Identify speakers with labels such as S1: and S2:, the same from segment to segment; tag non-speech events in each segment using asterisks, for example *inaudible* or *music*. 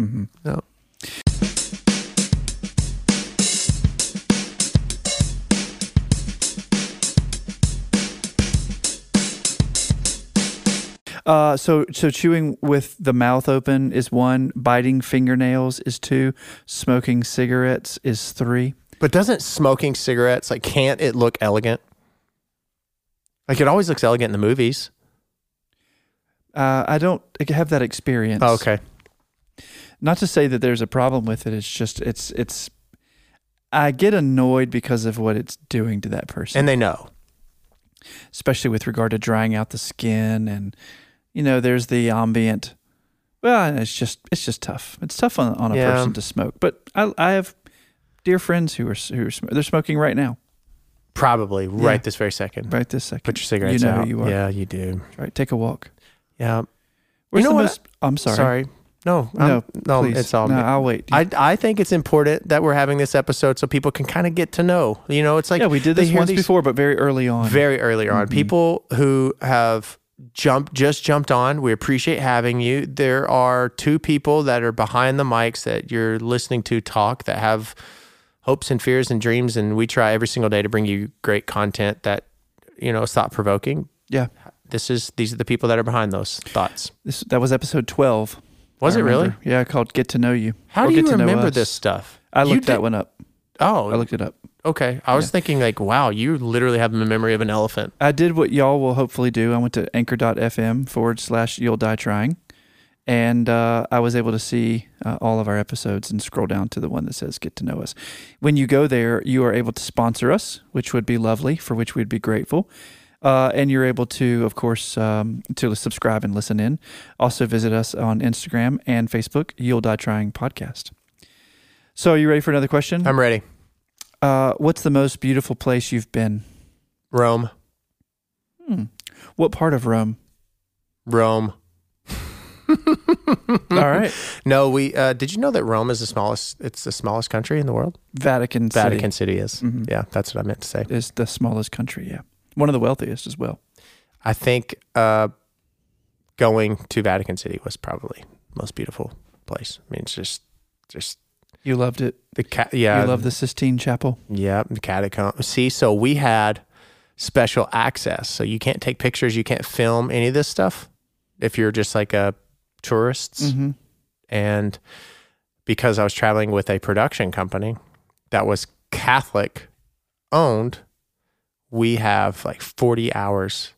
S1: Mm-hmm.
S2: Ja.
S1: Uh, so, so chewing with the mouth open is one. Biting fingernails is two. Smoking cigarettes is three.
S2: But doesn't smoking cigarettes like can't it look elegant? Like it always looks elegant in the movies.
S1: Uh, I don't have that experience.
S2: Oh, okay.
S1: Not to say that there's a problem with it. It's just it's it's. I get annoyed because of what it's doing to that person,
S2: And they know.
S1: especially with regard to drying out the skin, and you know, there's the ambient. Well, it's just it's just tough. It's tough on, on a
S2: Yeah.
S1: person to smoke, but I I have dear friends who are s- who are, sm- they're smoking right now,
S2: Probably right
S1: Yeah.
S2: this very second.
S1: right this second.
S2: Mm-hmm. Put your cigarettes
S1: You know who
S2: out.
S1: you are.
S2: Yeah, you do.
S1: Right, take a walk.
S2: Yeah.
S1: Where's
S2: know
S1: the
S2: what?
S1: most- I'm sorry.
S2: No,
S1: No,
S2: I'm- no,
S1: please.
S2: it's all
S1: No,
S2: me.
S1: I'll wait.
S2: I, I think it's important that we're having this episode so people can kind of get to know. You know, it's like
S1: yeah, we did
S2: they
S1: this
S2: hear
S1: once
S2: these
S1: before, but very early on.
S2: very early on.
S1: Mhm.
S2: People who have jumped just jumped on, we appreciate having you. There are two people that are behind the mics that you're listening to talk that have hopes and fears and dreams, and we try every single day to bring you great content that you know is thought provoking.
S1: yeah,
S2: This is these are the people that are behind those thoughts.
S1: this, that was episode 12.
S2: Was
S1: I
S2: it really?
S1: remember. Yeah, called "Get to Know You."
S2: How
S1: Or
S2: do
S1: Get
S2: you
S1: to Know
S2: remember
S1: Us.
S2: this stuff?
S1: I
S2: You
S1: looked
S2: did-
S1: that one up.
S2: Oh,
S1: I looked it up.
S2: Okay. I was
S1: Yeah.
S2: thinking like, wow, you literally have the memory of an elephant.
S1: I did what y'all will hopefully do. I went to anchor.fm forward slash you'll die trying. And uh, I was able to see uh, all of our episodes and scroll down to the one that says get to know us. When you go there, you are able to sponsor us, which would be lovely, for which we'd be grateful. Uh, and you're able to, of course, um, to subscribe and listen in. Also visit us on Instagram and Facebook, You'll Die Trying Podcast. So, are you ready for another question?
S2: I'm ready.
S1: Uh, what's the most beautiful place you've been?
S2: Rome.
S1: Hmm. What part of Rome? *laughs*
S2: Rome. Hmm.
S1: All right.
S2: No, we uh, did you know that Rome is the smallest it's the smallest country in the world?
S1: Vatican City
S2: Vatican City is.
S1: Mhm.
S2: Yeah, that's what I meant to say.
S1: is the smallest country. Yeah, one of the wealthiest as well.
S2: I think uh, going to Vatican City was probably the most beautiful place. I mean, it's just just
S1: You loved it.
S2: the cat yeah,
S1: you love the Sistine Chapel.
S2: Yeah, the catacomb. See, so we had special access. So you can't take pictures, you can't film any of this stuff if you're just like a tourists.
S1: Mm-hmm.
S2: And because I was traveling with a production company that was Catholic owned, we have like 40 hours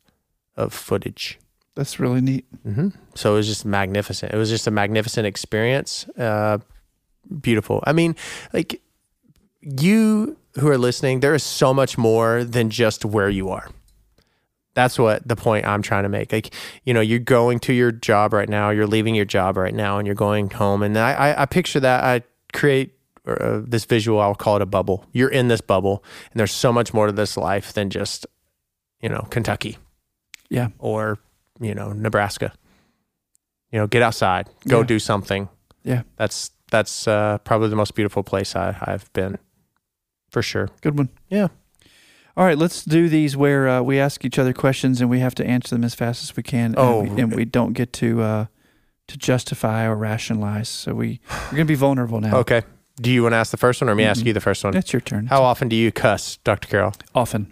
S2: of footage.
S1: That's really neat.
S2: hmm So it was just magnificent. It was just a magnificent experience. Uh, beautiful. I mean, like you who are listening, there is so much more than just where you are. That's what the point I'm trying to make. Like, you know, you're going to your job right now, you're leaving your job right now, and you're going home. And I, I, I picture that. I create uh, this visual, I'll call it a bubble. You're in this bubble, and there's so much more to this life than just, you know, Kentucky
S1: Yeah,
S2: or you know Nebraska. You know, get outside, go
S1: Yeah.
S2: do something.
S1: Yeah.
S2: that's that's uh, probably the most beautiful place I, I've been, for sure.
S1: good one.
S2: Yeah.
S1: All right, let's do these where uh, we ask each other questions and we have to answer them as fast as we can.
S2: Oh.
S1: and we, and we don't get to uh, to justify or rationalize. So we we're gonna be vulnerable now.
S2: Okay, do you want to ask the first one, or me ask
S1: Mhm.
S2: you the first one?
S1: That's your turn.
S2: How often do you cuss, Doctor Carroll?
S1: often?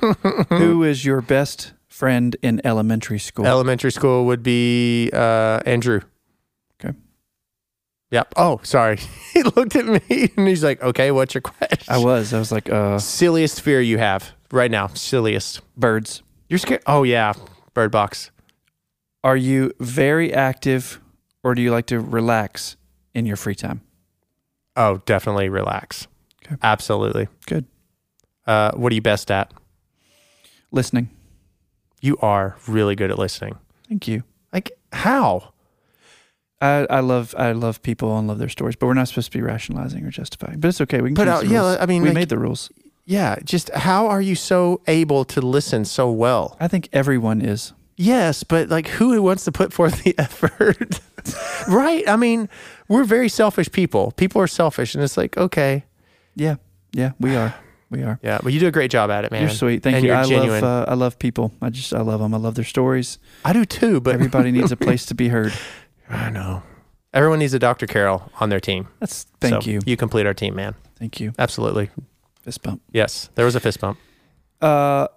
S1: *laughs* Who is your best friend in elementary school?
S2: Elementary school would be uh, Andrew.
S1: Okay.
S2: Yep. Oh, sorry. *laughs* he looked at me and he's like, "Okay, what's your question?"
S1: I was. I was like, uh,
S2: silliest fear you have right now. Silliest.
S1: birds.
S2: You're scared. Oh yeah, Bird Box.
S1: Are you very active or do you like to relax in your free time?
S2: Oh, definitely relax.
S1: Okay.
S2: Absolutely.
S1: Good.
S2: Uh, what are you best at?
S1: Listening.
S2: You are really good at listening.
S1: Thank you.
S2: Like how?
S1: I, I love I love people and love their stories, but we're not supposed to be rationalizing or justifying. But it's okay. We can
S2: But
S1: change
S2: out-
S1: the
S2: yeah,
S1: rules.
S2: I mean,
S1: we
S2: like-
S1: made the rules.
S2: Yeah, just how are you so able to listen so well?
S1: I think everyone is.
S2: Yes, but like who wants to put forth the *laughs* effort? right? I mean, we're very selfish people. People are selfish and it's like, okay,
S1: Yeah, yeah, we are. *sighs* We are.
S2: Yeah, but you do a great job at it, man.
S1: You're sweet. Thank
S2: And
S1: you.
S2: you're
S1: I
S2: genuine.
S1: love uh, I love people. I just I love them. I love their stories.
S2: I do too, but
S1: Everybody
S2: *laughs*
S1: needs a place to be heard.
S2: I know. Everyone needs a Dr. Carroll on their team.
S1: That's thank
S2: So
S1: you.
S2: You complete our team, man.
S1: Thank you.
S2: Absolutely.
S1: Fist bump.
S2: Yes. There was a fist bump.
S1: Uh,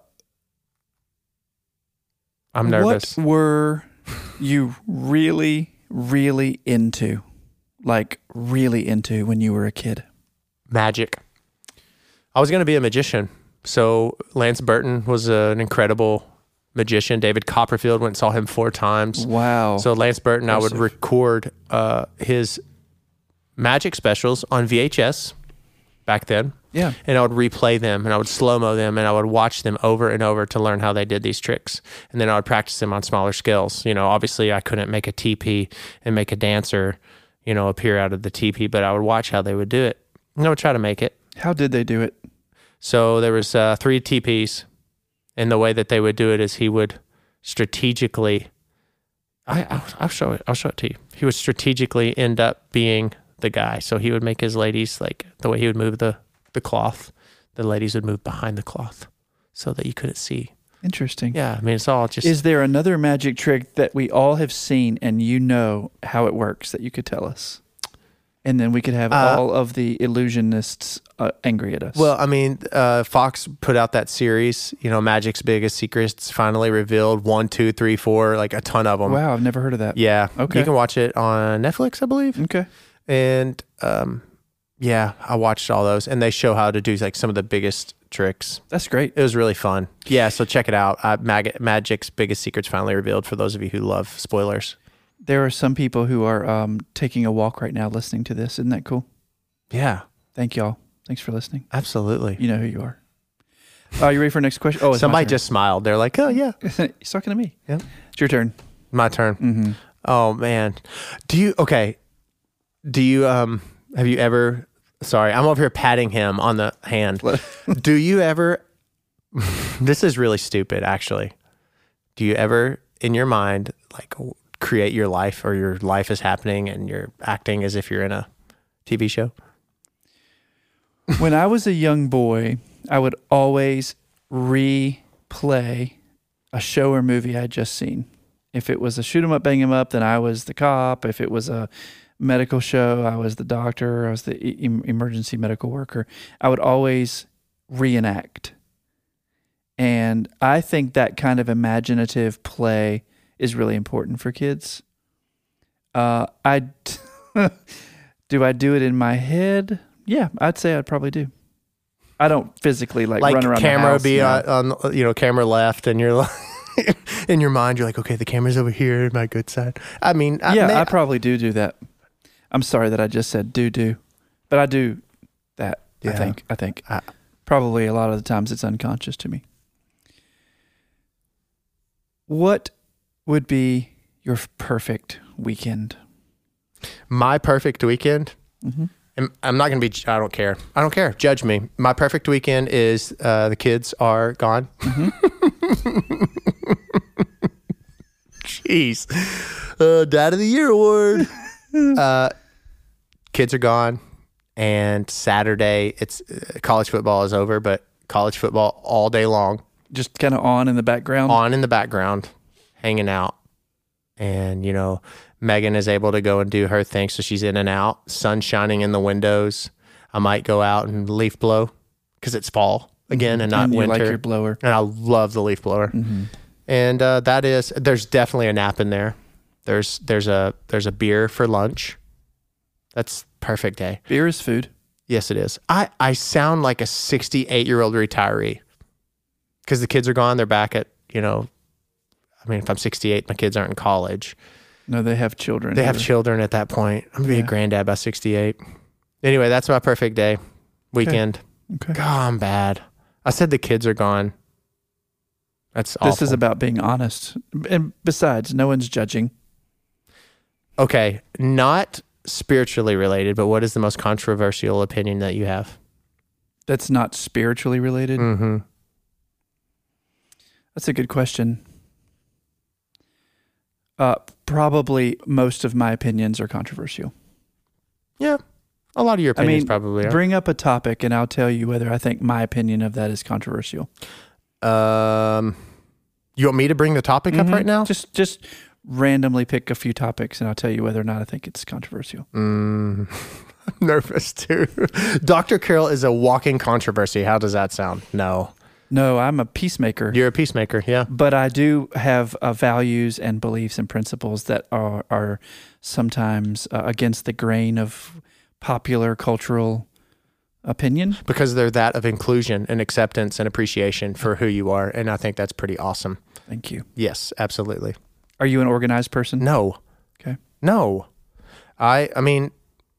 S2: I'm nervous.
S1: What were you really really into? Like really into when you were a kid?
S2: Magic. I was going to be a magician. So Lance Burton was an incredible magician. David Copperfield went and saw him four times.
S1: Wow.
S2: So Lance Burton, I would
S1: Impressive.
S2: record uh, his magic specials on VHS back then.
S1: yeah.
S2: and I would replay them and I would slow mo them and I would watch them over and over to learn how they did these tricks. And then I would practice them on smaller scales. You know, obviously I couldn't make a teepee and make a dancer, you know, appear out of the teepee, but I would watch how they would do it. And I would try to make it.
S1: How did they do it?
S2: So there was uh, three teepees, and the way that they would do it is he would strategically. I I'll, I'll show it. I'll show it to you. He would strategically end up being the guy. So he would make his ladies like the way he would move the the cloth. The ladies would move behind the cloth so that you couldn't see.
S1: Interesting.
S2: Yeah, I mean it's all just
S1: Is there another magic trick that we all have seen and you know how it works that you could tell us? And then we could have
S2: Uh,
S1: all of the illusionists uh, angry at us.
S2: Well, I mean, uh, Fox put out that series, you know, Magic's Biggest Secrets finally revealed one, two, three, four, like a ton of them.
S1: wow, I've never heard of that.
S2: um, Yeah.
S1: Okay.
S2: You can watch it on Netflix, I believe.
S1: Okay.
S2: and um, yeah, I watched all those, and they show how to do like some of the biggest tricks.
S1: That's great.
S2: It was really fun. Yeah, so check it out. Uh, Mag- Magic's biggest secrets finally revealed for those of you who love spoilers.
S1: There are some people who are um, taking a walk right now listening to this. Isn't that cool?
S2: Yeah,
S1: Thank y'all. Thanks for listening.
S2: absolutely.
S1: You know who you are. Are you ready for our next question? Oh, it's my
S2: Somebody
S1: turn.
S2: just smiled. They're like, "Oh yeah,
S1: *laughs* He's talking to me.
S2: Yeah.
S1: It's your turn.
S2: my turn."
S1: Mm-hmm.
S2: Oh man, do you okay? Do you um have you ever? Sorry, I'm over here patting him on the hand. *laughs* do you ever? *laughs* this is really stupid, actually. Do you ever, in your mind, like w- create your life, or your life is happening, and you're acting as if you're in a TV show?
S1: when I was a young boy, I would always replay a show or movie I had just seen. If it was a shoot 'em up, bang 'em up, then I was the cop. If it was a medical show, I was the doctor. I was the e- em- emergency medical worker. I would always reenact. And I think that kind of imaginative play is really important for kids. Uh, I *laughs* do I do it in my head? Yeah, I'd say I'd probably do. I don't physically like,
S2: Like
S1: run around the
S2: camera
S1: house,
S2: be
S1: no.
S2: on, on, you know, camera left, and you're like. *laughs* In your mind, you're like, okay, the camera's over here, my good side. I mean, I,
S1: yeah,
S2: may-
S1: I probably do do that. I'm sorry that I just said do do, but I do that. I
S2: Yeah.
S1: think. I think.
S2: I-
S1: probably a lot of the times it's unconscious to me. What would be your f- perfect weekend?
S2: my perfect weekend.
S1: Mhm.
S2: I'm, I'm not going to be, I don't care. I don't care. Judge me. My perfect weekend is uh, the kids are gone. Jeez. Uh, Dad of the Year award. *laughs* uh, kids are gone. And Saturday, it's uh, college football is over, but college football all day long
S1: Just kind of on in the background.
S2: on in the background, hanging out. And, you know, Megan is able to go and do her thing. So she's in and out, sun shining in the windows. I might go out and leaf blow because it's fall again and not
S1: and you
S2: winter.
S1: like your blower. Mm-hmm.
S2: and I love the leaf blower. And uh, that is, there's definitely a nap in there. There's there's a there's a beer for lunch. That's perfect day.
S1: Beer is food.
S2: Yes, it is. I, I sound like a 68 year old retiree because the kids are gone. They're back at, you know, I mean, if I'm 68, my kids aren't in college.
S1: No, they have children.
S2: They have
S1: who-
S2: children at that point. I'm going to be
S1: Mm-hmm. Yeah.
S2: a granddad by 68. Anyway, that's my perfect day weekend.
S1: Okay.
S2: God, I'm bad. I said the kids are gone. That's awful.
S1: This is about being honest. And besides, no one's judging.
S2: okay. Not spiritually related, but what is the most controversial opinion that you have?
S1: That's not spiritually related.
S2: Mm-hmm.
S1: That's a good question. Uh, probably most of my opinions are controversial.
S2: Yeah. A lot of your
S1: I
S2: opinions
S1: mean,
S2: probably are.
S1: Bring up a topic and I'll tell you whether I think my opinion of that is controversial.
S2: um, you want me to bring the topic up
S1: Mhm.
S2: right now?
S1: Just just randomly pick a few topics and I'll tell you whether or not I think it's controversial.
S2: Mm, *laughs* I'm nervous too. *laughs* Dr. Carroll is a walking controversy. How does that sound? No.
S1: No, I'm a peacemaker.
S2: You're a peacemaker. Yeah.
S1: but I do have uh, values and beliefs and principles that are are sometimes uh, against the grain of popular cultural opinion.
S2: Because they're that of inclusion and acceptance and appreciation for who you are. And I think that's pretty awesome.
S1: Thank you.
S2: Yes, absolutely.
S1: Are you an organized person?
S2: No.
S1: Okay.
S2: No. I I mean *sighs*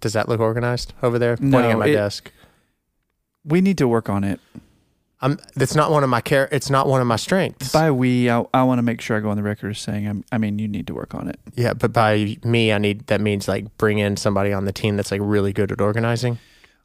S2: does that look organized over there? Pointing
S1: No,
S2: at my
S1: it-
S2: desk.
S1: We need to work on it.
S2: I'm that's not one of my care it's not one of my strengths.
S1: By we, I, I want to make sure I go on the record as saying, I'm, I mean, you need to work on it.
S2: yeah, but by me I need that means like bring in somebody on the team that's like really good at organizing.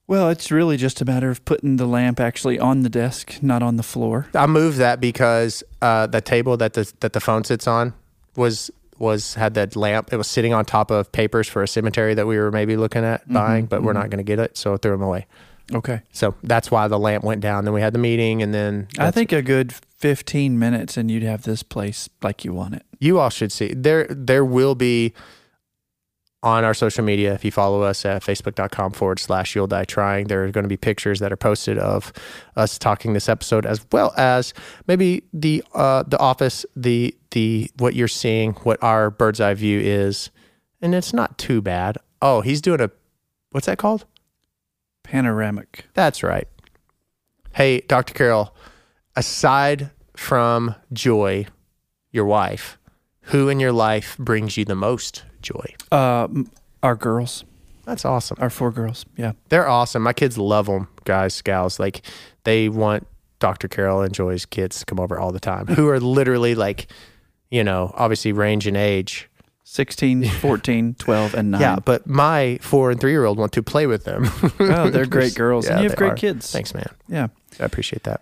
S1: Well, it's really just a matter of putting the lamp actually on the desk, not on the floor.
S2: I moved that because uh, the table that the that the phone sits on was was had that lamp. It was sitting on top of papers for a cemetery that we were maybe looking at buying, but we're not going to get it, so I threw them away.
S1: Okay.
S2: So that's why the lamp went down. Then we had the meeting, and then
S1: I
S2: that's-
S1: think a good 15 minutes and you'd have this place like you want it.
S2: you all should see there. There will be on our social media if you follow us at facebook.com forward slash you'll die trying there are going to be pictures that are posted of us talking this episode as well as maybe the uh the office the the what you're seeing what our bird's eye view is and it's not too bad oh he's doing a what's that called
S1: Panoramic.
S2: that's right hey dr carroll aside from joy your wife who in your life brings you the most joy
S1: Uh, our girls,
S2: that's awesome
S1: our four girls. Yeah.
S2: They're awesome. My kids love them, guys, gals. Like they want Dr. Carol and Joy's kids to come over all the time, who are literally like, you know, obviously range in age.
S1: *laughs* 16, 14, 12, and 9.
S2: Yeah, but my four and three year old want to play with them.
S1: Oh, *laughs*
S2: *laughs*
S1: they're great girls.
S2: Yeah,
S1: and you
S2: they
S1: have great
S2: are.
S1: kids.
S2: Thanks, man.
S1: Yeah.
S2: I appreciate that.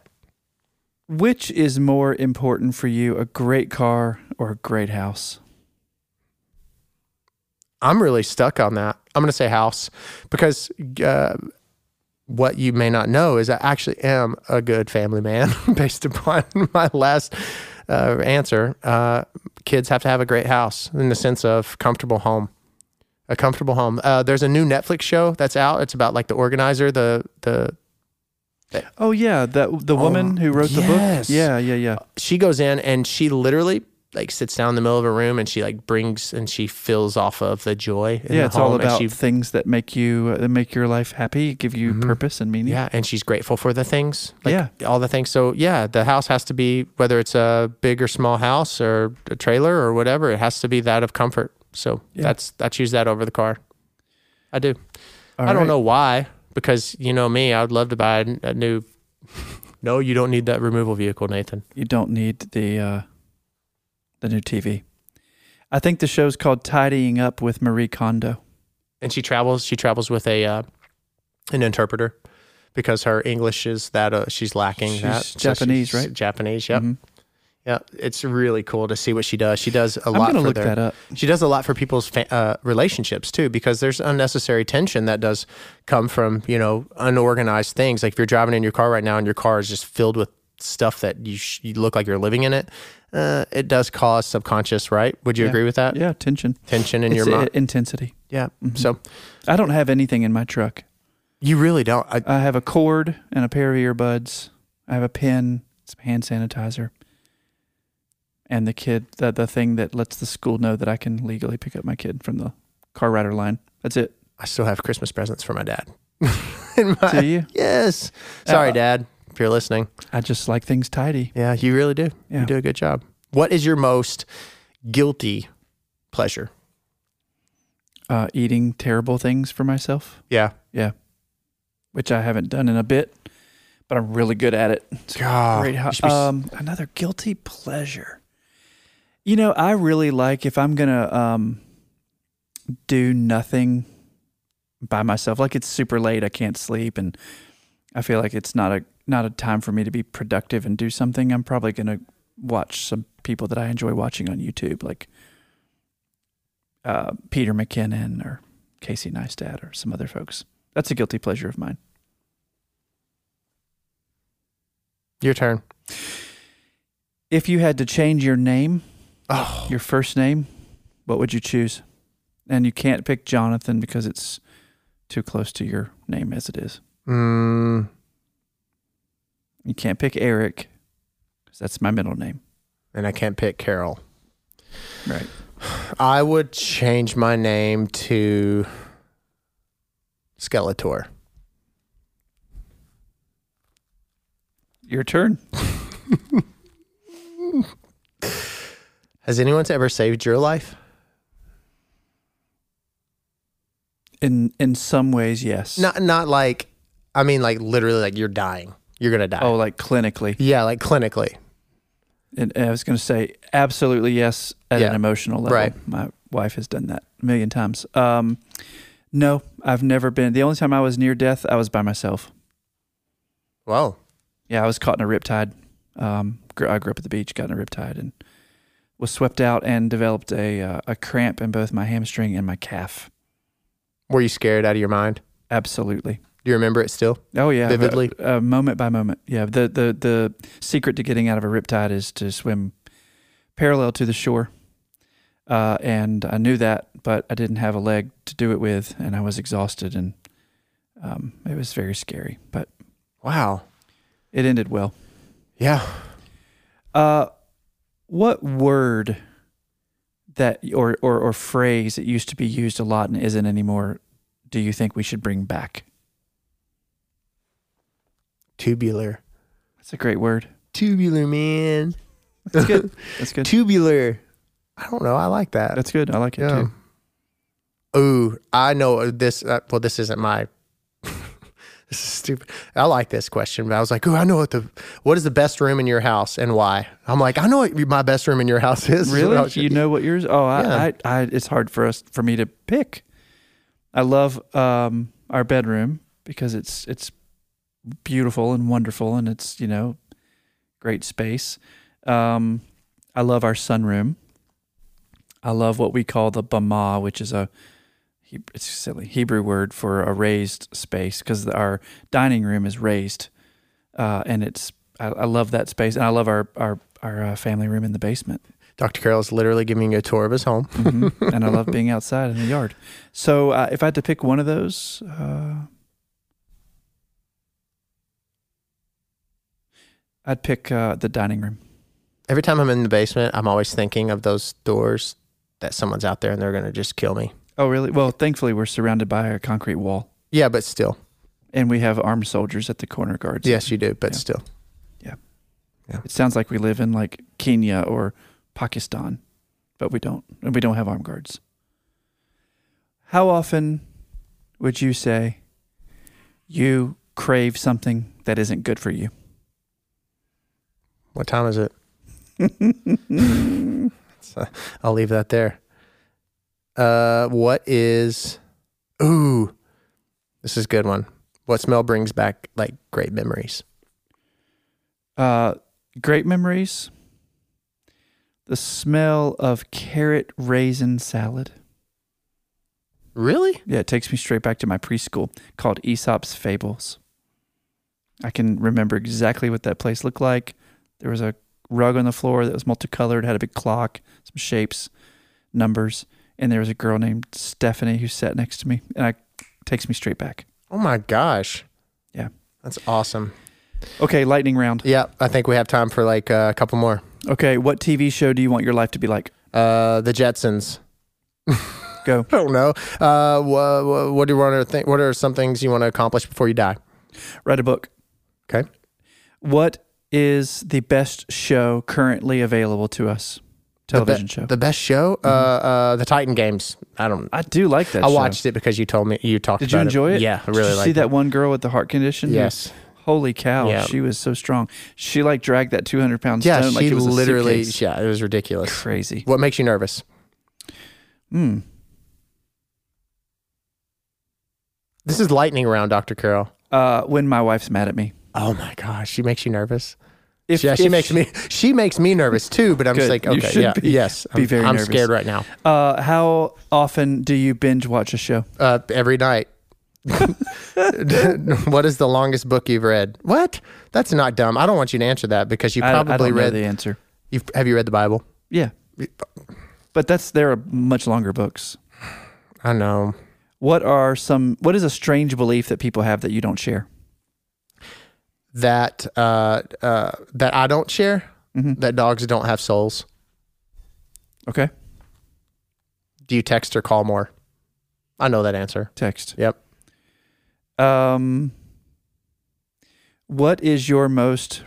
S1: Which is more important for you, a great car or a great house?
S2: I'm really stuck on that. I'm going to say house because uh, what you may not know is I actually am a good family man *laughs* based upon my last uh, answer. Uh, kids have to have a great house in the sense of comfortable home. A comfortable home. Uh, there's a new Netflix show that's out. It's about like the organizer, the the
S1: Oh, yeah. That, the woman who wrote
S2: yes.
S1: the book. Yeah, yeah, yeah.
S2: she goes in and she literally like sits down in the middle of a room and she like brings and she fills off of the joy. In
S1: yeah,
S2: the
S1: it's
S2: home
S1: all
S2: and
S1: about
S2: she Mm-hmm.
S1: things that make you, that make your life happy, give you purpose and meaning.
S2: Yeah, and she's grateful for the things. Like
S1: Yeah.
S2: all the things. So yeah, the house has to be whether it's a big or small house or a trailer or whatever, it has to be that of comfort. So
S1: Yeah.
S2: that's I choose that over the car. I do.
S1: All
S2: I don't
S1: right.
S2: know why, because you know me, I would love to buy a, a new *laughs* No, you don't need that removal vehicle, Nathan.
S1: You don't need the, uh, the new TV. I think the show's called Tidying Up with Marie Kondo.
S2: And she travels she travels with a uh, an interpreter because her English is that uh, she's lacking
S1: She's
S2: that.
S1: Japanese,
S2: she's
S1: right?
S2: Japanese, yep.
S1: Mhm.
S2: Yeah, it's really cool to see what she does. She does a
S1: I'm
S2: lot
S1: going to
S2: for
S1: look
S2: their,
S1: that up.
S2: She does a lot for people's fa- uh, relationships too, because there's unnecessary tension that does come from you know unorganized things. Like if you're driving in your car right now and your car is just filled with stuff that you, sh- you look like you're living in it, uh, it does cause subconscious, right? Would you
S1: Yeah.
S2: agree with that?
S1: Yeah, tension.
S2: Tension in
S1: It's,
S2: your
S1: uh,
S2: mind.
S1: intensity. Mm-hmm.
S2: yeah. So
S1: I don't have anything in my truck.
S2: you really don't. I,
S1: I have a cord and a pair of earbuds. I have a pen, some hand sanitizer, and the kid the, the thing that lets the school know that I can legally pick up my kid from the car rider line. That's it.
S2: I still have Christmas presents for my dad. *laughs* in my,
S1: Do you?
S2: yes. Uh, *laughs* Sorry,
S1: Uh,
S2: Dad, if you're listening.
S1: I just like things tidy.
S2: Yeah, you really do.
S1: Yeah.
S2: You do a good job. What is your most guilty pleasure?
S1: Uh, eating terrible things for myself,
S2: Yeah.
S1: which I haven't done in a bit, but I'm really good at it. It's
S2: God.
S1: Great
S2: Ah, you
S1: house.
S2: should be s-
S1: Um, another guilty pleasure. You know, I really like if I'm gonna um, do nothing by myself. Like it's super late, I can't sleep, and I feel like it's not a not a time for me to be productive and do something. I'm probably gonna watch some people that I enjoy watching on YouTube, like uh, Peter McKinnon or Casey Neistat or some other folks. That's a guilty pleasure of mine.
S2: Your turn.
S1: If you had to change your name,
S2: Oh,
S1: your first name, what would you choose? And you can't pick Jonathan because it's too close to your name as it is.
S2: mm,
S1: You can't pick Eric because that's my middle name.
S2: and I can't pick Carol.
S1: Right.
S2: I would change my name to Skeletor.
S1: Your turn.
S2: Has anyone ever saved your life?
S1: In in some ways, yes.
S2: Not not like I mean like literally like you're dying. You're gonna die.
S1: Oh, like clinically.
S2: Yeah, like clinically.
S1: And, and I was going to say absolutely yes at
S2: Yeah.
S1: an emotional level.
S2: Right.
S1: My wife has done that a million times. Um, no, I've never been. The only time I was near death, I was by myself.
S2: Whoa.
S1: Yeah, I was caught in a riptide. Um, gr- I grew up at the beach, got in a riptide, and was swept out and developed a uh, a cramp in both my hamstring and my calf.
S2: Were you scared out of your mind?
S1: Absolutely.
S2: Do you remember it still?
S1: Oh yeah,
S2: Vividly.
S1: Uh, uh, moment by moment. Yeah, the the the secret to getting out of a riptide is to swim parallel to the shore. Uh, and I knew that, but I didn't have a leg to do it with, and I was exhausted, and um, it was very scary. But
S2: Wow.
S1: it ended well.
S2: Yeah.
S1: Uh, what word that or, or or phrase that used to be used a lot and isn't anymore? Do you think we should bring back?
S2: Tubular.
S1: That's a great word.
S2: Tubular man.
S1: That's good. That's good.
S2: Tubular. I don't know. I like that.
S1: That's good. I like it too.
S2: Ooh, I know this. Uh, well, this isn't my. *laughs* this is stupid. I like this question, but I was like, "Ooh, I know what the what is the best room in your house and why?" I'm like, "I know what my best room in your house is." *laughs*
S1: Really? You know what yours? Oh, I,
S2: Yeah.
S1: I, I, it's hard for us for me to pick. I love um, our bedroom because it's it's beautiful and wonderful, and it's you know great space. Um, I love our sunroom. I love what we call the bama, which is a He- it's silly Hebrew word for a raised space because our dining room is raised, uh, and it's I, I love that space, and I love our our our uh, family room in the basement.
S2: Dr. Carroll is literally giving you a tour of his home.
S1: Mhm. and I love being outside in the yard. So uh, if I had to pick one of those, uh, I'd pick uh, the dining room.
S2: Every time I'm in the basement, I'm always thinking of those doors that someone's out there and they're gonna just kill me.
S1: Oh, really? Well, thankfully we're surrounded by a concrete wall,
S2: Yeah, but still,
S1: and we have armed soldiers at the corner guards.
S2: yes, you do, but
S1: Yeah.
S2: still,
S1: It sounds like we live in like Kenya or Pakistan, but we don't, and we don't have armed guards. How often would you say you crave something that isn't good for you?
S2: what time is it? So I'll leave that there. Uh, what is? Ooh, this is a good one. What smell brings back like great memories?
S1: Uh, great memories. The smell of carrot raisin salad.
S2: Really?
S1: Yeah, it takes me straight back to my preschool called Aesop's Fables. I can remember exactly what that place looked like. There was a rug on the floor that was multicolored, had a big clock, some shapes, numbers, and there was a girl named Stephanie who sat next to me, and I takes me straight back.
S2: Oh my gosh.
S1: Yeah.
S2: that's awesome.
S1: Okay, lightning round.
S2: Yeah, I think we have time for like uh, a couple more.
S1: Okay, what TV show do you want your life to be like?
S2: Uh, the Jetsons.
S1: Go.
S2: I don't know. Uh, wha wha- what do you want to think? What are some things you want to accomplish before you die?
S1: Write a book.
S2: Okay.
S1: What is the best show currently available to us? Television show.
S2: The best show? Uh, uh, the Titan Games. I don't.
S1: I do like that.
S2: I
S1: show.
S2: watched it because you told me you talked.
S1: Did you
S2: about
S1: enjoy it?
S2: Yeah, I
S1: Did
S2: really
S1: you
S2: like.
S1: see that one girl with the heart condition? Who-
S2: Yes.
S1: Holy cow,
S2: Yeah.
S1: she was so strong. She like dragged that two hundred pound
S2: Yeah,
S1: stone
S2: she
S1: like it was a
S2: literally.
S1: suitcase.
S2: Yeah, it was ridiculous.
S1: crazy.
S2: What makes you nervous?
S1: Hmm.
S2: This is lightning round, Dr. Carroll.
S1: Uh, when my wife's mad at me,
S2: Oh my gosh, she makes you nervous.
S1: If,
S2: Yeah, she
S1: if
S2: makes me she makes me nervous too, but I'm just
S1: Good.
S2: like,
S1: You
S2: okay,
S1: should
S2: yeah,
S1: be-
S2: yes.
S1: be
S2: I'm,
S1: very
S2: I'm
S1: nervous.
S2: scared right now.
S1: Uh, how often do you binge watch a show?
S2: Uh, every night. *laughs* what is the longest book you've read? What? That's not dumb. I don't want you to answer that because you
S1: I- I,
S2: probably
S1: don't
S2: read.
S1: know the answer.
S2: You've, have you read the Bible?
S1: Yeah, but that's there are much longer books.
S2: I know.
S1: What are some? What is a strange belief that people have that you don't share?
S2: that uh, uh, that I don't share.
S1: Mhm.
S2: That dogs don't have souls.
S1: Okay,
S2: Do you text or call more? I know that answer.
S1: text.
S2: Yep.
S1: Um, what is your most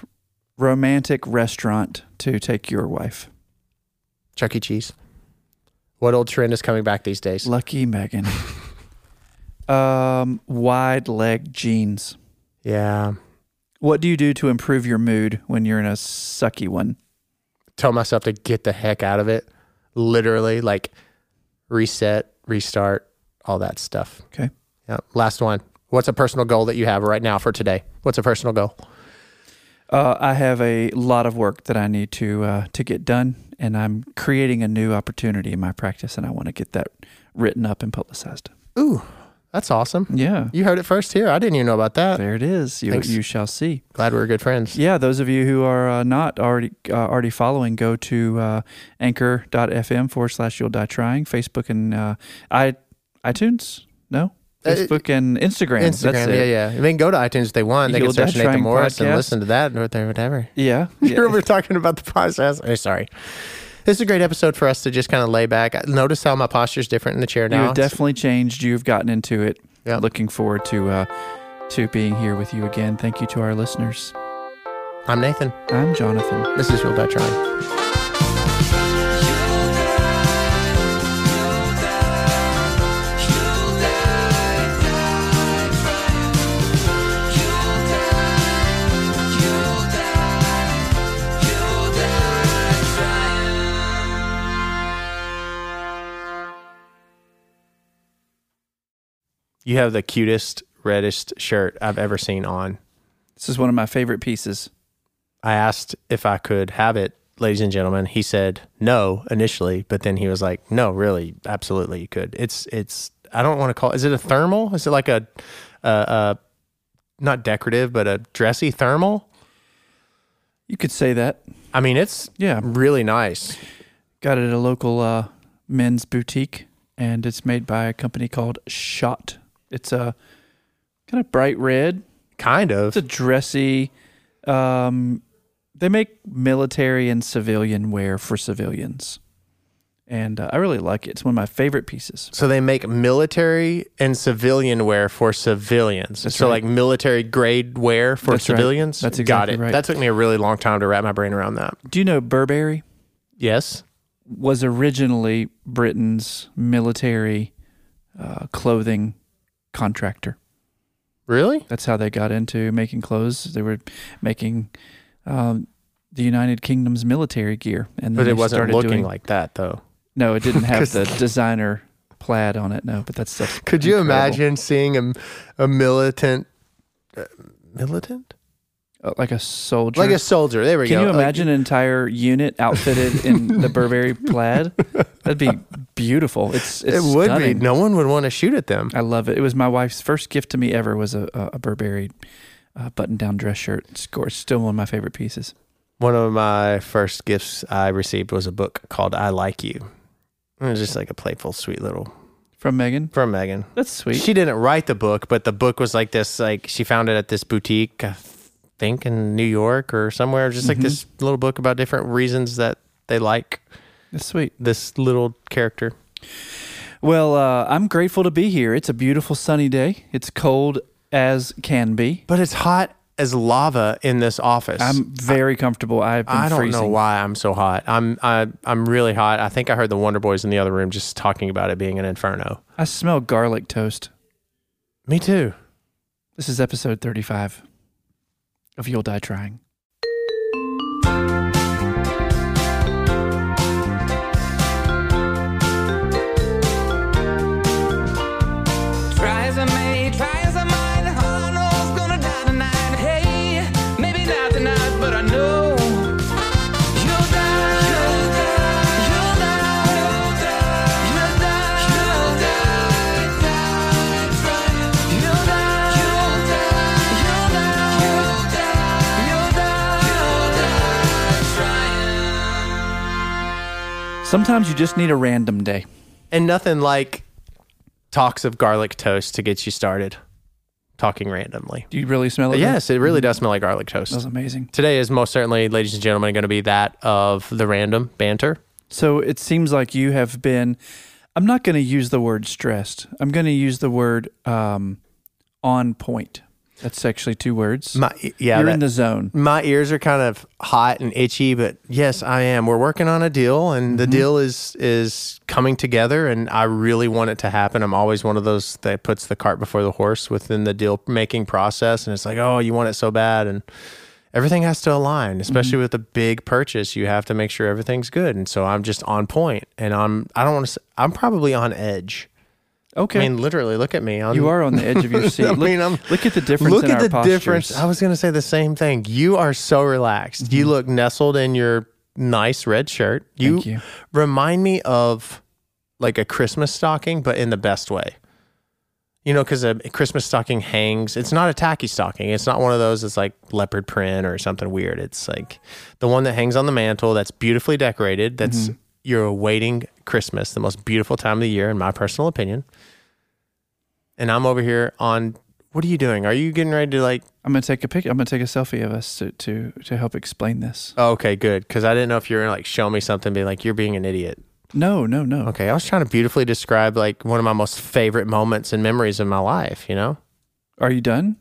S1: romantic restaurant to take your wife?
S2: Chuck E. Cheese. What old trend is coming back these days?
S1: Lucky
S2: *laughs*
S1: Megan. um, wide leg jeans.
S2: Yeah.
S1: What do you do to improve your mood when you're in a sucky one?
S2: Tell myself to get the heck out of it. Literally, like reset, restart, all that stuff.
S1: Okay.
S2: Yeah. Last one. What's a personal goal that you have right now for today? What's a personal goal?
S1: Uh, I have a lot of work that I need to uh, to get done, and I'm creating a new opportunity in my practice, and I want to get that written up and publicized.
S2: Ooh, that's awesome.
S1: Yeah,
S2: You heard it first here. I didn't even know about that.
S1: there it is. You
S2: Thanks.
S1: you shall see.
S2: Glad we were good friends.
S1: Yeah, those of you who are uh, not already uh, already following, go to uh, anchor.fm forward slash you'll die trying. Facebook and uh, I iTunes. No,
S2: Uh,
S1: Facebook and Instagram. That's
S2: Instagram,
S1: it.
S2: yeah, yeah. I mean, go to iTunes if they want. They
S1: You'll
S2: can search
S1: Die
S2: Nathan
S1: Trying
S2: Morris and
S1: podcast.
S2: listen to that or whatever. whatever.
S1: Yeah,
S2: *laughs* You remember talking about the process? Oh, sorry. This is a great episode for us to just kind of lay back. I- Notice how my posture is different in the chair
S1: You
S2: now.
S1: have definitely changed. You've gotten into it.
S2: Yeah.
S1: Looking forward to uh, to being here with you again. Thank you to our listeners.
S2: I'm Nathan.
S1: I'm Jonathan.
S2: This is Real Dutch Trying. You have the cutest, reddest shirt I've ever seen on.
S1: This is one of my favorite pieces.
S2: I asked if I could have it, ladies and gentlemen. He said no initially, but then he was like, "No, really, absolutely, you could." It's it's. I don't want to call. Is it a thermal? Is it like a, uh, uh not decorative, but a dressy thermal?
S1: You could say that.
S2: I mean, it's
S1: Yeah.
S2: really nice.
S1: Got it at a local uh, men's boutique, and it's made by a company called Shot. It's a kind of bright red.
S2: Kind of.
S1: It's a dressy. Um, they make military and civilian wear for civilians, and uh, I really like it. It's one of my favorite pieces.
S2: So they make military and civilian wear for civilians.
S1: That's
S2: so
S1: right.
S2: like military grade wear for
S1: That's right.
S2: civilians.
S1: That's
S2: got
S1: exactly
S2: it.
S1: right.
S2: That took me a really long time to wrap my brain around that.
S1: Do you know Burberry?
S2: Yes.
S1: was originally Britain's military uh, clothing contractor.
S2: Really?
S1: That's how they got into making clothes. They were making um, the United Kingdom's military gear, and then
S2: But
S1: they
S2: it wasn't
S1: started
S2: looking
S1: doing,
S2: like that though.
S1: No, it didn't have
S2: *laughs* 'Cause-
S1: the designer plaid on it. No, but that's that's
S2: Could you
S1: incredible.
S2: imagine seeing a, a militant, uh, militant,
S1: Uh, like a soldier.
S2: like a soldier? There we
S1: Can
S2: go.
S1: you
S2: Like,
S1: imagine an entire unit outfitted in the
S2: *laughs*
S1: Burberry plaid? That'd be beautiful. It's, it's
S2: it would
S1: stunning.
S2: be. No one would want to shoot at them.
S1: I love it. It was my wife's first gift to me ever was a, a, a Burberry uh, button-down dress shirt. It's gor- it's still one of my favorite pieces.
S2: One of my first gifts I received was a book called "I Like You." It was just like a playful, sweet little
S1: From Megan.
S2: from Megan.
S1: That's sweet.
S2: She didn't write the book, but the book was like this. Like she found it at this boutique, I think in New York or somewhere. Just like
S1: Mhm.
S2: this little book about different reasons that they like
S1: That's sweet.
S2: this little character.
S1: Well, uh, I'm grateful to be here. It's a beautiful sunny day. It's cold as can be.
S2: But it's hot as lava in this office.
S1: I'm very comfortable. I've been
S2: I don't
S1: freezing.
S2: know why I'm so hot. I'm I, I'm really hot. I think I heard the Wonder Boys in the other room just talking about it being an inferno.
S1: I smell garlic toast.
S2: Me too.
S1: This is episode 35 of You'll Die Trying.
S3: Try as I may, try as I might, all I know is gonna die tonight. Hey, maybe not tonight, but I know
S1: Sometimes you just need a random day.
S2: And nothing like talks of garlic toast to get you started talking randomly.
S1: Do you really smell it?
S2: But
S1: though?
S2: yes, it really Mm-hmm. does smell like garlic
S1: That was
S2: toast.
S1: amazing.
S2: Today is most certainly, ladies and gentlemen, going to be that of the random banter.
S1: So it seems like you have been. I'm not going to use the word stressed. I'm going to use the word um, on point. That's actually two words.
S2: My, yeah,
S1: You're
S2: that-
S1: in the zone.
S2: my ears are kind of hot and itchy, but yes, I am. We're working on a deal, and
S1: Mm-hmm.
S2: the deal is is coming together, and I really want it to happen. I'm always one of those that puts the cart before the horse within the deal making process, and it's like, oh, you want it so bad, and everything has to align. Especially
S1: Mm-hmm.
S2: with a big purchase, you have to make sure everything's good, and so I'm just on point, and I'm I don't want to. I'm probably on edge.
S1: Okay.
S2: I mean, literally, look at me. I'm,
S1: you are on the edge of your seat.
S2: *laughs* I
S1: Look,
S2: mean, I'm-
S1: look at the difference.
S2: Look
S1: in
S2: at
S1: our
S2: the
S1: postures.
S2: difference. I was going to say the same thing. You are so relaxed. You look nestled in your nice red shirt. You,
S1: Thank you.
S2: remind me of like a Christmas stocking, but in the best way. You know, because a Christmas stocking hangs. It's not a tacky stocking. It's not one of those that's like leopard print or something weird. It's like the one that hangs on the mantle that's beautifully decorated. That's you're awaiting Christmas, the most beautiful time of the year, in my personal opinion. And I'm over here on what are you doing? Are you getting ready to like
S1: I'm going to take a pic. I'm going to take a selfie of us to to, to help explain this.
S2: oh, okay, good. Cause I didn't know if you were gonna like show me something, be like, you're being an idiot.
S1: No, no, no.
S2: Okay, I was trying to beautifully describe like one of my most favorite moments and memories of my life, you know? *laughs*
S1: Are you done?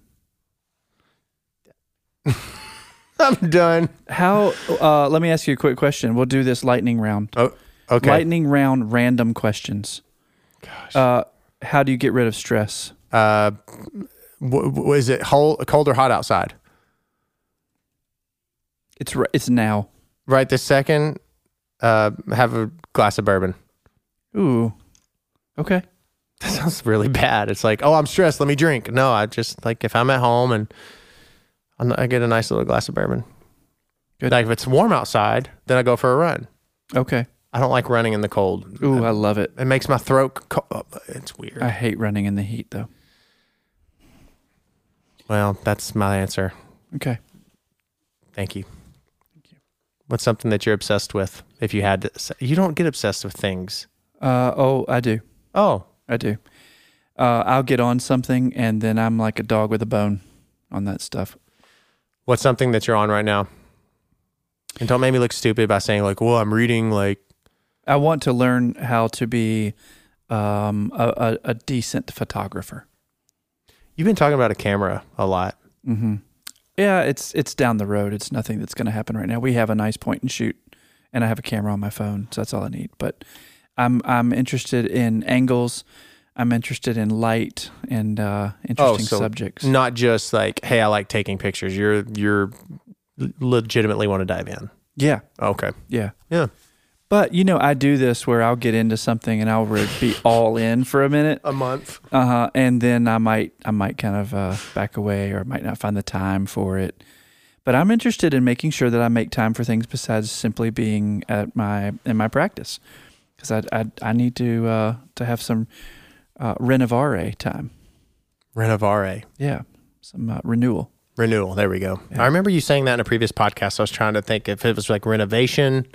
S2: I'm done.
S1: How? Uh, let me ask you a quick question. We'll do this lightning round.
S2: Oh, okay.
S1: Lightning round, random questions. Gosh. Uh, how do you get rid of stress?
S2: Uh, w- w- is it whole, cold or hot outside?
S1: It's ri- it's now.
S2: Right this second, uh, have a glass of bourbon. *laughs*
S1: Ooh. Okay.
S2: That sounds really bad. It's like, oh, I'm stressed. Let me drink. No, I just like if I'm at home and I'm, I get a nice little glass of bourbon.
S1: Good.
S2: Like if it's warm outside, then I go for a run.
S1: Okay.
S2: I don't like running in the cold.
S1: Ooh, I love it.
S2: It makes my throat. Co- oh, it's weird.
S1: I hate running in the heat though.
S2: well, that's my answer.
S1: Okay.
S2: Thank you. What's something that you're obsessed with? If you had to, say, you don't get obsessed with things.
S1: Uh, oh, I do.
S2: Oh,
S1: I do. Uh, I'll get on something and then I'm like a dog with a bone on that stuff.
S2: what's something that you're on right now? And don't make me look stupid by saying like, "Well, I'm reading like."
S1: I want to learn how to be um, a, a, a decent photographer.
S2: You've been talking about a camera a lot.
S1: hmm Yeah, it's it's down the road. It's nothing that's going to happen right now. We have a nice point and shoot, and I have a camera on my phone, so that's all I need. But I'm I'm interested in angles. I'm interested in light and uh, interesting
S2: so
S1: subjects.
S2: Not just like, "Hey, I like taking pictures." You're you're legitimately want to dive in.
S1: Yeah,
S2: Okay.
S1: yeah,
S2: Yeah.
S1: But you know, I do this where I'll get into something and I'll re- be all in for a minute,
S2: A month.
S1: uh huh, and then I might I might kind of uh, back away or might not find the time for it. But I'm interested in making sure that I make time for things besides simply being at my in my practice, because I, I I need to uh, to have some uh, renovare time.
S2: Renovare.
S1: Yeah, some uh, renewal.
S2: Renewal. There we go.
S1: Yeah.
S2: I remember you saying that in a previous podcast. I was trying to think if it was like renovation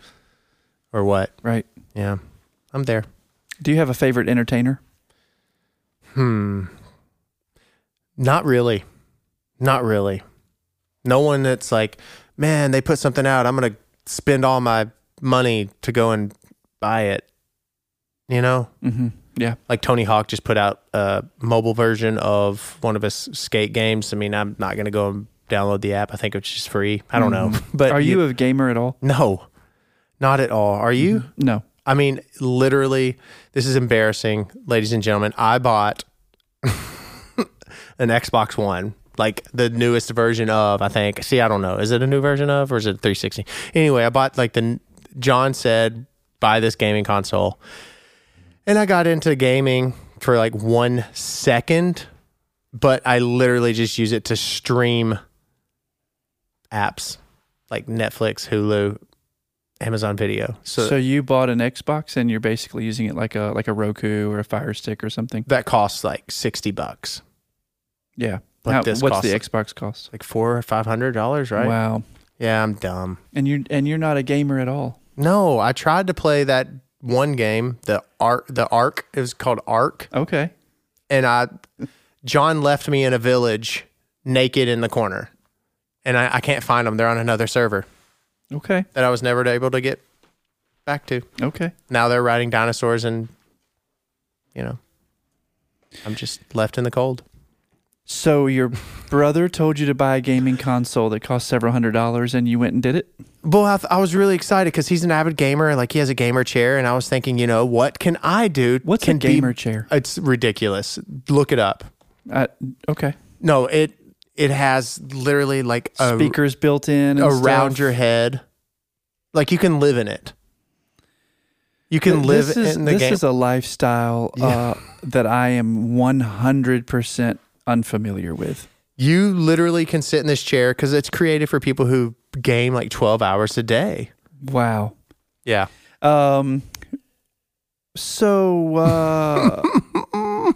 S2: or what.
S1: Right.
S2: Yeah. I'm there.
S1: Do you have a favorite entertainer?
S2: Hmm. Not really. Not really. No one that's like, man, they put something out. I'm going to spend all my money to go and buy it. You know,
S1: Mm-hmm. Yeah.
S2: like Tony Hawk just put out a mobile version of one of his skate games. I mean, I'm not going to go and download the app. I think it's just free. I don't know. *laughs* But
S1: Hmm. Are you a gamer at all?
S2: no, not at all. Are you?
S1: No.
S2: I mean, literally, this is embarrassing, ladies and gentlemen. I bought *laughs* an Xbox One, like the newest version of, I think. See, I don't know. Is it a new version of or is it a 360? Anyway, I bought like the, John said, buy this gaming console. And I got into gaming for like one second, but I literally just use it to stream apps like Netflix, Hulu, Amazon Video.
S1: So you bought an Xbox and you're basically using it like a like a Roku or a Fire Stick or something.
S2: that costs like 60 bucks
S1: Yeah.
S2: Like
S1: How-
S2: this
S1: what's
S2: cost-
S1: the Xbox cost?
S2: like four or five hundred dollars right
S1: Wow.
S2: yeah i'm dumb
S1: And you and you're not a gamer at all.
S2: no i tried to play that one game, the arc, the arc it was called Arc,
S1: Okay.
S2: and I, John left me in a village naked in the corner, and I, I can't find them. They're on another server
S1: Okay.
S2: that I was never able to get back to.
S1: Okay.
S2: Now they're riding dinosaurs, and you know, I'm just left in the cold.
S1: So your *laughs* brother told you to buy a gaming console that cost several hundred dollars, and you went and did it.
S2: Well, I, th- I was really excited because he's an avid gamer. Like he has a gamer chair, and I was thinking, you know, what can I do?
S1: What's
S2: can
S1: a gamer chair?
S2: Be- it's ridiculous. Look it up.
S1: Uh, okay.
S2: No, it it has literally like a,
S1: Speakers built in and
S2: around
S1: stuff.
S2: your head. Like you can live in it. You can
S1: Th-
S2: live
S1: this is,
S2: in the
S1: this
S2: game.
S1: is a lifestyle uh, that I am 100% unfamiliar with.
S2: you literally can sit in this chair because it's created for people who game like twelve hours a day.
S1: Wow.
S2: Yeah.
S1: Um, so, uh,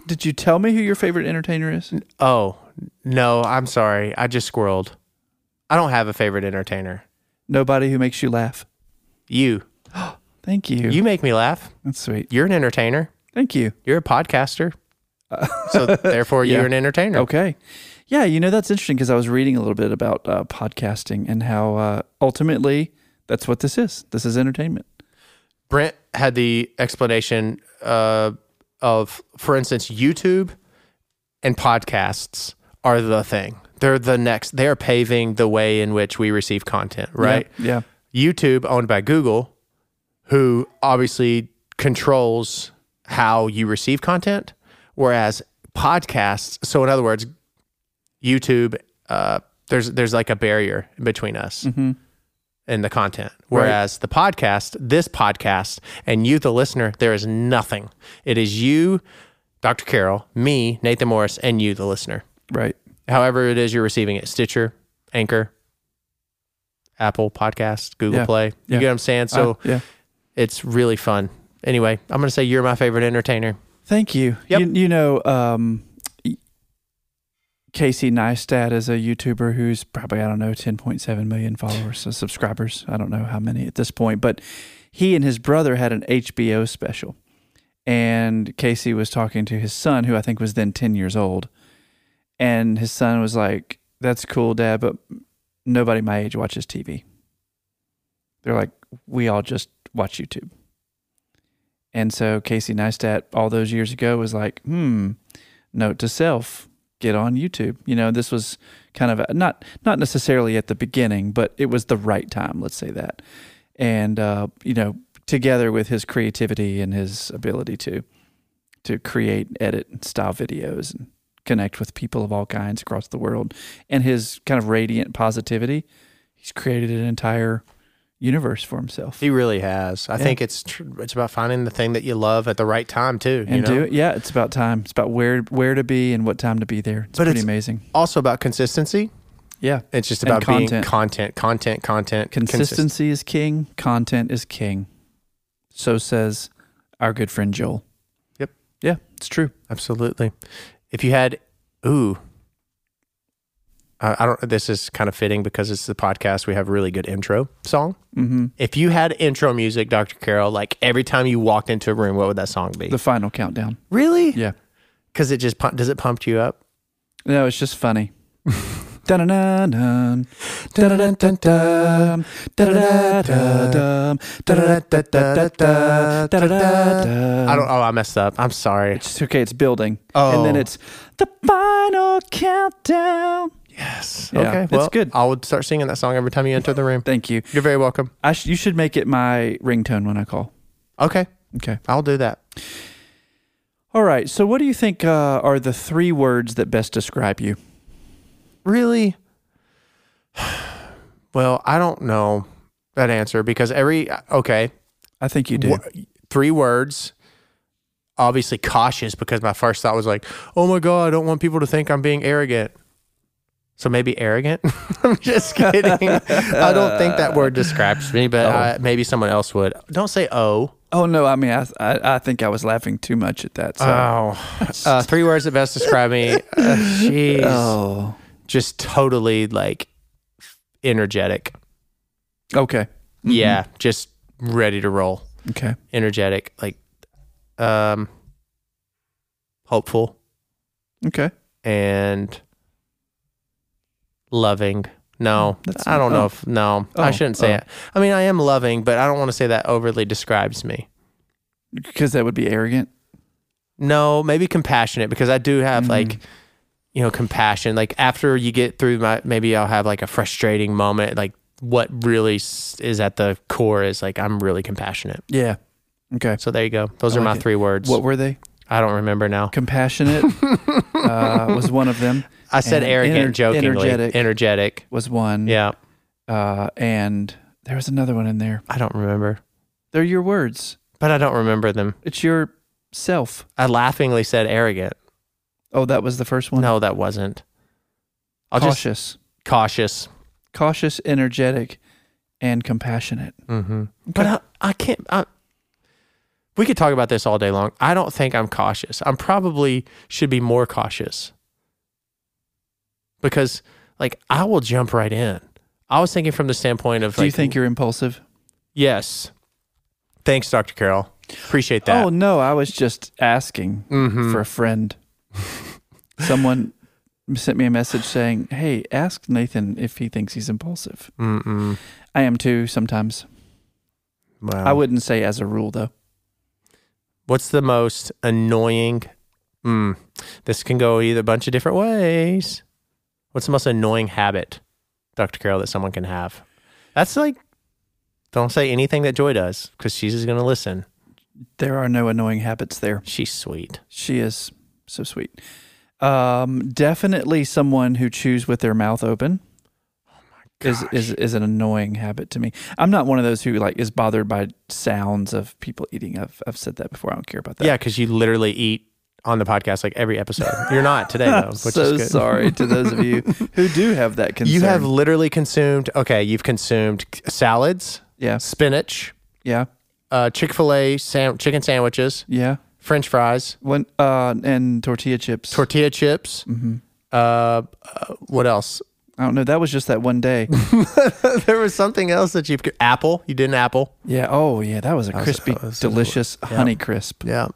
S1: did you tell me who your favorite entertainer is?
S2: Oh no, I'm sorry. I just squirreled. I don't have a favorite entertainer.
S1: Nobody who makes you laugh.
S2: You.
S1: Thank you.
S2: You make me laugh.
S1: That's sweet.
S2: You're an entertainer.
S1: Thank you.
S2: You're
S1: *laughs*
S2: a podcaster. so therefore,
S1: Yeah.
S2: you're an entertainer.
S1: Okay. Yeah, you know that's interesting because I was reading a little bit about uh, podcasting and how uh, ultimately that's what this is. This is entertainment.
S2: Brent had the explanation uh, of, for instance, YouTube and podcasts are the thing. They're the next. They're paving the way in which we receive content. Right.
S1: Yeah.
S2: YouTube, owned by Google, who obviously controls how you receive content, whereas podcasts. So, in other words, YouTube, uh, there's there's like a barrier between us and the content. Whereas the podcast, this podcast, and you, the listener, there is nothing. It is you, Dr. Carroll, me, Nathan Morris, and you, the listener.
S1: Right.
S2: However, it is you're receiving it Stitcher, Anchor, Apple Podcast, Google
S1: Yeah.
S2: Play. You
S1: Yeah.
S2: get what I'm saying? So
S1: Uh, yeah.
S2: it's really fun. Anyway, I'm going to say you're my favorite entertainer.
S1: Thank you.
S2: Yep.
S1: You, you know, um, Casey Neistat is a YouTuber who's probably, I don't know, 10.7 million followers, so subscribers. I don't know how many at this point, but he and his brother had an HBO special. And Casey was talking to his son, who I think was then 10 years old. And his son was like, That's cool, dad, but nobody my age watches TV. They're like, We all just watch YouTube. And so Casey Neistat, all those years ago, was like, hmm, note to self, get on YouTube. You know, this was kind of a, not not necessarily at the beginning, but it was the right time. Let's say that. And uh, you know, together with his creativity and his ability to to create, edit, and style videos and connect with people of all kinds across the world, and his kind of radiant positivity, he's created an entire universe for himself.
S2: He really has. I
S1: Yeah.
S2: think it's tr- it's about finding the thing that you love at the right time too. you
S1: and
S2: know?
S1: do it. Yeah, it's about time. It's about where where to be and what time to be there. It's
S2: But
S1: pretty
S2: it's-
S1: amazing.
S2: Also about consistency.
S1: Yeah,
S2: It's just
S1: And
S2: about being
S1: content.
S2: content, content, content, consist-
S1: consistency is king. Content is king. So says our good friend Joel.
S2: Yep.
S1: Yeah, it's true.
S2: Absolutely. If you had, ooh, I, I don't. This is kind of fitting because it's the podcast. We have really good intro song.
S1: hmm
S2: If you had intro music, Dr. Carroll, like every time you walked into a room, what would that song be?
S1: The final countdown.
S2: really?
S1: Yeah.
S2: Because it just pump, does it pump you up?
S1: No, it's just funny. *laughs* Dun-dun-dun-dun. Dun-dun-dun-dun. Dun-dun-dun-dun. Dun-dun-dun-dun-dun. Dun-dun-dun-dun.
S2: I don't. Oh, I messed up. I'm sorry.
S1: It's okay. It's building. And then
S2: Oh.
S1: it's the final countdown.
S2: Yes.
S1: Yeah,
S2: okay.
S1: it's
S2: Well,
S1: good.
S2: I would start singing that song every time you enter the
S1: *laughs*
S2: room.
S1: Thank you.
S2: You're very welcome.
S1: I sh- you should make it my ringtone when I call.
S2: Okay.
S1: Okay.
S2: I'll do that.
S1: All right. So, what do you think uh, are the three words that best describe you?
S2: really *sighs* well i don't know that answer because every okay
S1: I think you do.
S2: wh- three words obviously cautious because my first thought was like oh my god i don't want people to think i'm being arrogant so maybe arrogant *laughs* i'm just kidding i don't think that word describes me but I, maybe someone else would don't say oh
S1: Oh no! I mean, I, I I think I was laughing too much at that. So.
S2: oh uh, three words that best
S1: *laughs*
S2: describe *laughs* me Uh, jeez
S1: oh.
S2: just totally like energetic
S1: Okay. Mm-hmm.
S2: yeah just ready to roll
S1: Okay.
S2: energetic, like um hopeful
S1: Okay.
S2: and loving. No,
S1: That's
S2: I don't
S1: not-
S2: know
S1: oh.
S2: if no, I
S1: Oh,
S2: shouldn't say
S1: oh.
S2: it. I mean, I am loving, but I don't want to say that overly describes me.
S1: Because that would be arrogant.
S2: No, maybe compassionate because I do have
S1: Mm.
S2: like you know compassion. Like after you get through my maybe I'll have like a frustrating moment. Like what really s- is at the core is like I'm really compassionate.
S1: Yeah. Okay.
S2: So there you go. Those
S1: I
S2: are my
S1: like it.
S2: three words.
S1: What were they?
S2: I don't remember now. *laughs*
S1: Compassionate *laughs* uh, was one of them.
S2: I said
S1: And
S2: arrogant
S1: ener-
S2: jokingly.
S1: energetic. Mm.
S2: Energetic. energetic.
S1: Was one.
S2: Yeah,
S1: Uh, and there was another one in there.
S2: I don't remember,
S1: They're your words.
S2: but I don't remember them.
S1: It's your self.
S2: I laughingly said arrogant.
S1: Oh, that was the first one.
S2: No, that wasn't. I'll just
S1: cautious,
S2: cautious.
S1: cautious, energetic, and compassionate.
S2: hmm But I, I can't. I, we could talk about this all day long. I don't think I'm cautious. I'm probably should be more cautious because, like, I will jump right in. I was thinking from the standpoint of,
S1: Do you
S2: like,
S1: think you're impulsive?
S2: yes? Thanks, Dr. Carroll. Appreciate that.
S1: Oh no, I was just asking
S2: Mhm.
S1: for a friend. Someone sent me a message saying, "Hey, ask Nathan if he thinks he's impulsive."
S2: Mm-mm.
S1: I am too sometimes.
S2: Wow.
S1: I wouldn't say as a rule though.
S2: What's the most annoying? Mm, this can go either a bunch of different ways. What's the most annoying habit, Dr. Carroll, that someone can have? That's like, don't say anything that Joy does because she's just going to listen.
S1: There are no annoying habits there.
S2: She's sweet.
S1: She is so sweet. Um, definitely someone who chews with their mouth open.
S2: Oh
S1: Is, is is an annoying habit to me. I'm not one of those who like is bothered by sounds of people eating. I've I've said that before. I don't care about that.
S2: Yeah, because you literally eat on the podcast like every episode. You're not
S1: *laughs*
S2: today, though.
S1: I'm
S2: Which
S1: so
S2: is good.
S1: sorry to those of
S2: *laughs*
S1: you who do have that concern.
S2: You have literally consumed, okay, you've consumed salads,
S1: yeah,
S2: spinach,
S1: yeah,
S2: uh, Chick fil A sam- chicken sandwiches,
S1: yeah.
S2: french fries,
S1: When uh, and tortilla chips.
S2: tortilla chips.
S1: hmm
S2: Uh, uh, what else? *laughs*
S1: I don't know. That was just that one day.
S2: there was something else that you apple. You did an apple.
S1: yeah. Oh yeah, that was a
S2: That was-
S1: crispy,
S2: that was-
S1: delicious
S2: yeah.
S1: honey crisp.
S2: Yeah.